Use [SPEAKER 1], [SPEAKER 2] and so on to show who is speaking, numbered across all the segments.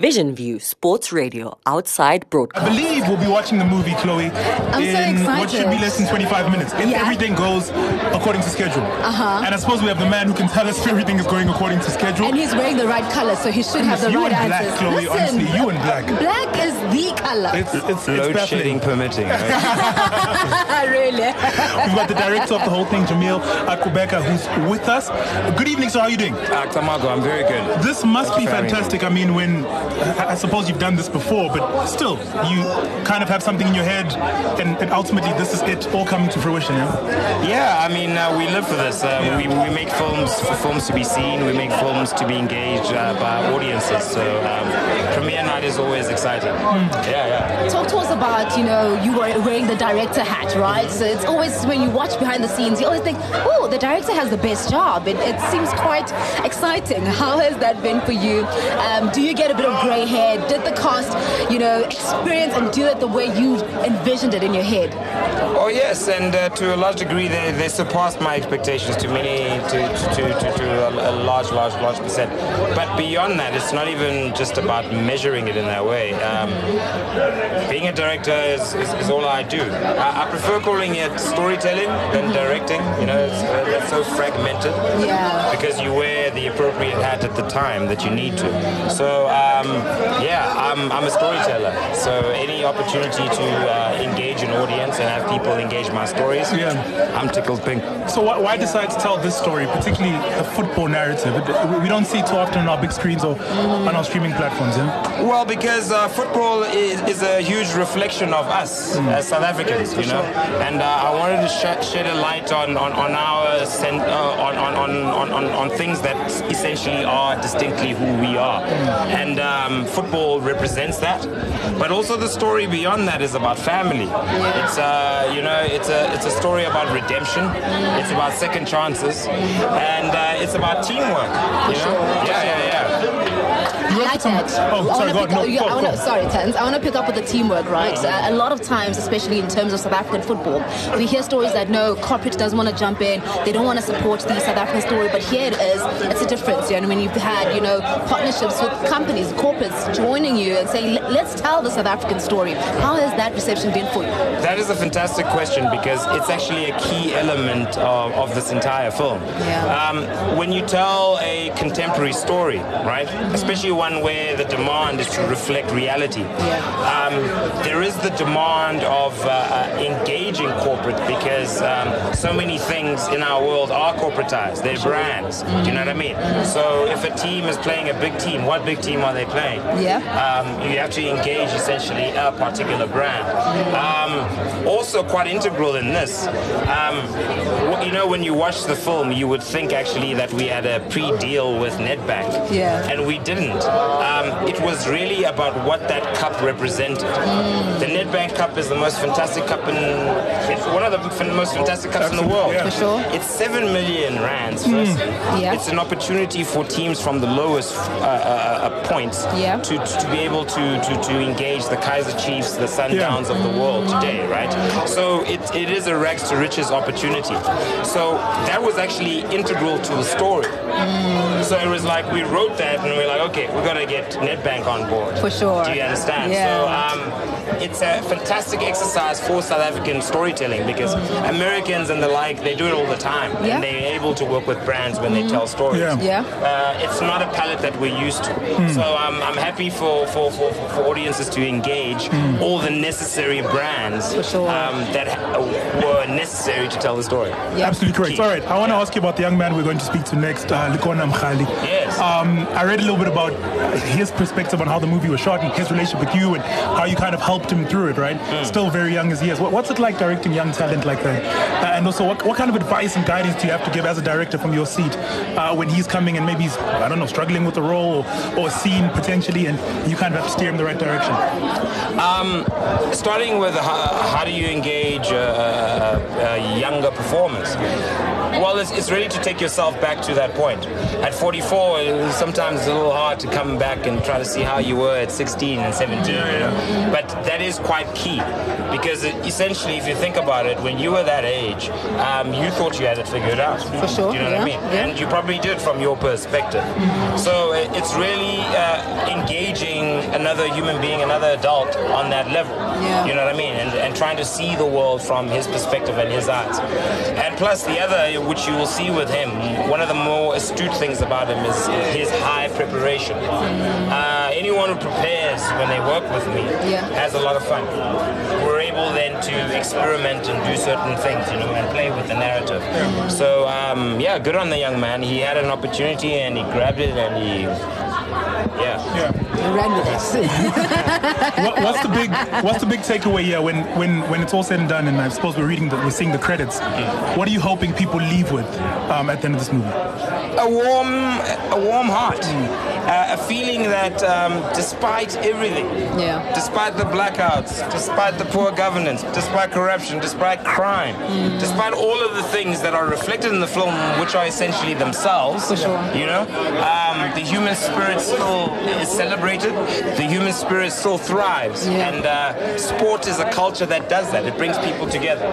[SPEAKER 1] Vision View Sports Radio outside
[SPEAKER 2] I
[SPEAKER 1] broadcast.
[SPEAKER 2] believe we'll be watching the movie Chloe
[SPEAKER 3] so
[SPEAKER 2] in what should be
[SPEAKER 3] excited.
[SPEAKER 2] less than 25 minutes if
[SPEAKER 3] Yeah.
[SPEAKER 2] everything goes according to schedule. Uh-huh. And I suppose we have the man who can tell us if everything is going according to schedule.
[SPEAKER 3] And he's wearing the right color, so he should have the
[SPEAKER 2] you
[SPEAKER 3] right
[SPEAKER 2] and black,
[SPEAKER 3] answers.
[SPEAKER 2] Chloe,
[SPEAKER 3] Listen,
[SPEAKER 2] honestly, you and black.
[SPEAKER 3] black is the color.
[SPEAKER 2] It's, it's, it's
[SPEAKER 4] Load shedding
[SPEAKER 2] baffling.
[SPEAKER 4] permitting.
[SPEAKER 3] really?
[SPEAKER 2] We've got the director of the whole thing, Jamil Akubeka, who's with us. Good evening, sir. How are you doing?
[SPEAKER 4] Tamago, I'm very good.
[SPEAKER 2] This must be
[SPEAKER 4] for having me.
[SPEAKER 2] fantastic. I mean, when I I suppose you've done this before, but still, you kind of have something in your head, and, and ultimately, this is it all coming to fruition. Yeah?
[SPEAKER 4] Yeah, I mean, uh, we live for this. Uh, we, we make films for films to be seen. We make films to be engaged uh, by audiences. So um, premiere night is always exciting. Yeah, yeah.
[SPEAKER 3] Talk to us about, you know, you were wearing the director hat, right? So it's always when you watch behind the scenes, you always think, oh, the director has the best job. It, it seems quite exciting. How has that been for you? Um, do you get a bit of grey hair? Did the cast, you know, experience and do it the way you envisioned it in your head?
[SPEAKER 4] Oh yes, and uh, to a large degree, they, they surpassed my expectations to many, to to, to, to, to a, a large, large, large percent. But beyond that, it's not even just about measuring it in that way. Um, being a director is, is, is all I do. I, I prefer calling it storytelling than directing. You know, it's, uh, that's so fragmented
[SPEAKER 3] Yeah.
[SPEAKER 4] because you wear the appropriate hat at the time that you need to. So um, yeah, I'm, I'm a storyteller. So any opportunity to uh, engage an audience and have people engage my stories,
[SPEAKER 2] Yeah.
[SPEAKER 4] I'm tickled pink.
[SPEAKER 2] So why, why decide to tell this story, particularly the football narrative? It- we- We don't see it too often on our big screens or on our streaming platforms. Yeah?
[SPEAKER 4] Well, because uh, football is, is a huge reflection of us as South Africans, you know. And uh, I wanted to sh- shed a light on on, on our sen- uh, on, on, on, on, on on things that essentially are distinctly who we are. And um, football represents that, but also the story beyond that is about family. It's uh, you know it's a it's a story about redemption. It's about second chances, and uh, it's about teamwork. You know? Yeah, yeah, yeah.
[SPEAKER 2] You
[SPEAKER 3] I
[SPEAKER 2] have
[SPEAKER 3] like
[SPEAKER 2] some-
[SPEAKER 3] that.
[SPEAKER 2] Oh,
[SPEAKER 3] I
[SPEAKER 2] sorry,
[SPEAKER 3] wanna
[SPEAKER 2] go on. Mm-hmm.
[SPEAKER 3] pick
[SPEAKER 2] No,
[SPEAKER 3] up- yeah,
[SPEAKER 2] go,
[SPEAKER 3] I wanna-
[SPEAKER 2] go.
[SPEAKER 3] Sorry, Tans. I want to pick up with the teamwork, right? Uh, a lot of times, especially in terms of South African football, we hear stories that no, corporate doesn't want to jump in, they don't want to support the South African story, but here it is. It's a difference. You know, when you've had, you know, partnerships with companies, corporates joining you and saying, "Let- let's tell the South African story. How has that reception been for you?
[SPEAKER 4] That is a fantastic question because it's actually a key element of, of this entire film.
[SPEAKER 3] Yeah.
[SPEAKER 4] Um, when you tell a contemporary story, right, especially one where the demand is to reflect reality, um, there is the demand of uh, uh, engaging corporate because um, so many things in our world are corporatized. They're brands. Do you know what I mean? So if a team is playing a big team, what big team are they playing?
[SPEAKER 3] Yeah.
[SPEAKER 4] um, you have to engage essentially a particular brand. Um, also, quite integral in this, um, wh- you know, when you watch the film, you would think actually that we had a pre deal with Nedbank.
[SPEAKER 3] Yeah.
[SPEAKER 4] And we didn't. Um, it was really about what that cup represented.
[SPEAKER 3] Mm.
[SPEAKER 4] The Nedbank Cup is the most fantastic cup in, it's one of the f- most fantastic cups in the
[SPEAKER 2] Absolutely,
[SPEAKER 4] world.
[SPEAKER 2] yeah.
[SPEAKER 3] For sure. Mm.
[SPEAKER 4] It's seven million rands. Firstly,
[SPEAKER 3] Yeah.
[SPEAKER 4] it's an opportunity for teams from the lowest uh, uh, uh, points
[SPEAKER 3] Yeah.
[SPEAKER 4] to, to be able to, to, to engage the Kaiser Chiefs, the Sundowns of the world today, right? So it, it is a rags to riches opportunity. So that was actually integral to the story.
[SPEAKER 3] Mm.
[SPEAKER 4] So it was like we wrote that and we're like, okay, we're gonna get Nedbank on board.
[SPEAKER 3] For sure.
[SPEAKER 4] Do you understand?
[SPEAKER 3] Yeah.
[SPEAKER 4] So
[SPEAKER 2] uh,
[SPEAKER 4] um, it's a fantastic exercise for South African storytelling because Americans and the like, they do it all the time.
[SPEAKER 3] Mm-hmm. Yeah. Mm-hmm.
[SPEAKER 4] And they're able to work with brands when they tell stories.
[SPEAKER 2] Yeah.
[SPEAKER 3] Yeah.
[SPEAKER 4] Uh, it's not a palette that we're used to.
[SPEAKER 3] Hmm.
[SPEAKER 4] So um, I'm happy for, for, for, for for audiences to engage all the necessary brands
[SPEAKER 3] Hmm. For sure.
[SPEAKER 4] um, that ha- were necessary to tell the story.
[SPEAKER 3] Yeah.
[SPEAKER 2] Absolutely correct.
[SPEAKER 4] Key.
[SPEAKER 2] All right, I want to ask you about the young man we're going to speak to next, uh, Likona Mkhali.
[SPEAKER 4] Yes.
[SPEAKER 2] Um, I read a little bit about his perspective on how the movie was shot and his relationship with you and how you kind of helped him through it, right?
[SPEAKER 4] Mm.
[SPEAKER 2] Still very young as he is. What, what's it like directing young talent like that? Uh, and also, what, what kind of advice and guidance do you have to give as a director from your seat uh, when he's coming and maybe he's, I don't know, struggling with a role or, or a scene potentially and you kind of have to steer him the right direction?
[SPEAKER 4] starting with how, how do you engage uh, uh, younger performers? Well, it's, it's really to take yourself back to that point. At 44, it was sometimes a little hard to come back and try to see how you were at 16 and 17. you know? But that is quite key because it, essentially, if you think about it, when you were that age, um, you thought you had it figured out. For
[SPEAKER 3] sure,
[SPEAKER 4] Do you know what I
[SPEAKER 3] yeah,
[SPEAKER 4] mean?
[SPEAKER 3] yeah.
[SPEAKER 4] And you probably did from your perspective. So uh, it's really uh, engaging another human being, another adult on that level.
[SPEAKER 3] Yeah.
[SPEAKER 4] You know what I mean? And, and trying to see the world from his perspective and his eyes. And plus, the other, which you will see with him, one of the more astute things about him is his high preparation. Uh, anyone who prepares when they work with me
[SPEAKER 3] Yeah.
[SPEAKER 4] has a lot of fun. We're able then to experiment and do certain things, you know, and play with the narrative. So, um, yeah, good on the young man. He had an opportunity and he grabbed it and he, yeah.
[SPEAKER 3] Ran with it.
[SPEAKER 2] what, what's the big What's the big takeaway here when, when, when it's all said and done? And I suppose we're reading the, we're seeing the credits. What are you hoping people leave with um, at the end of this movie?
[SPEAKER 4] a warm, a warm heart,
[SPEAKER 3] Mm.
[SPEAKER 4] uh, a feeling that um, despite everything,
[SPEAKER 3] Yeah.
[SPEAKER 4] despite the blackouts, despite the poor governance, despite corruption, despite crime,
[SPEAKER 3] Mm.
[SPEAKER 4] despite all of the things that are reflected in the film, which are essentially themselves,
[SPEAKER 3] For sure.
[SPEAKER 4] you know, um, the human spirit still is celebrated. The human spirit still thrives,
[SPEAKER 3] Yeah.
[SPEAKER 4] and uh, sport is a culture that does that. It brings people together.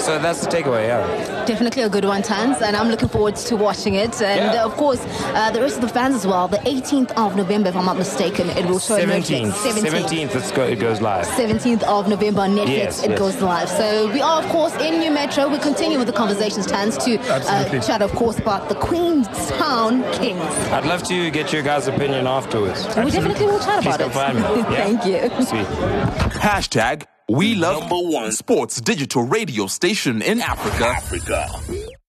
[SPEAKER 4] So that's the takeaway. Yeah.
[SPEAKER 3] Definitely a good one, Tans, and I'm looking forward to watching it. And
[SPEAKER 4] Yeah.
[SPEAKER 3] uh, of course, uh, the rest of the fans as well. The 18th of November, if I'm not mistaken, it will show on Netflix.
[SPEAKER 4] 17th, 17th, it's go, it goes live.
[SPEAKER 3] 17th of November on Netflix,
[SPEAKER 4] Yes,
[SPEAKER 3] it
[SPEAKER 4] yes.
[SPEAKER 3] goes live. So we are, of course, in New Metro. We continue with the conversations, Tans, to uh,
[SPEAKER 2] Absolutely.
[SPEAKER 3] chat, of course, about the Queenstown Kings.
[SPEAKER 4] I'd love to get your guys' opinion afterwards.
[SPEAKER 3] We definitely will chat
[SPEAKER 4] Please
[SPEAKER 3] about
[SPEAKER 4] come
[SPEAKER 3] it.
[SPEAKER 4] find me. Yeah.
[SPEAKER 3] Thank you.
[SPEAKER 4] Sweet.
[SPEAKER 5] Hashtag we love number one sports digital radio station in Africa. Africa.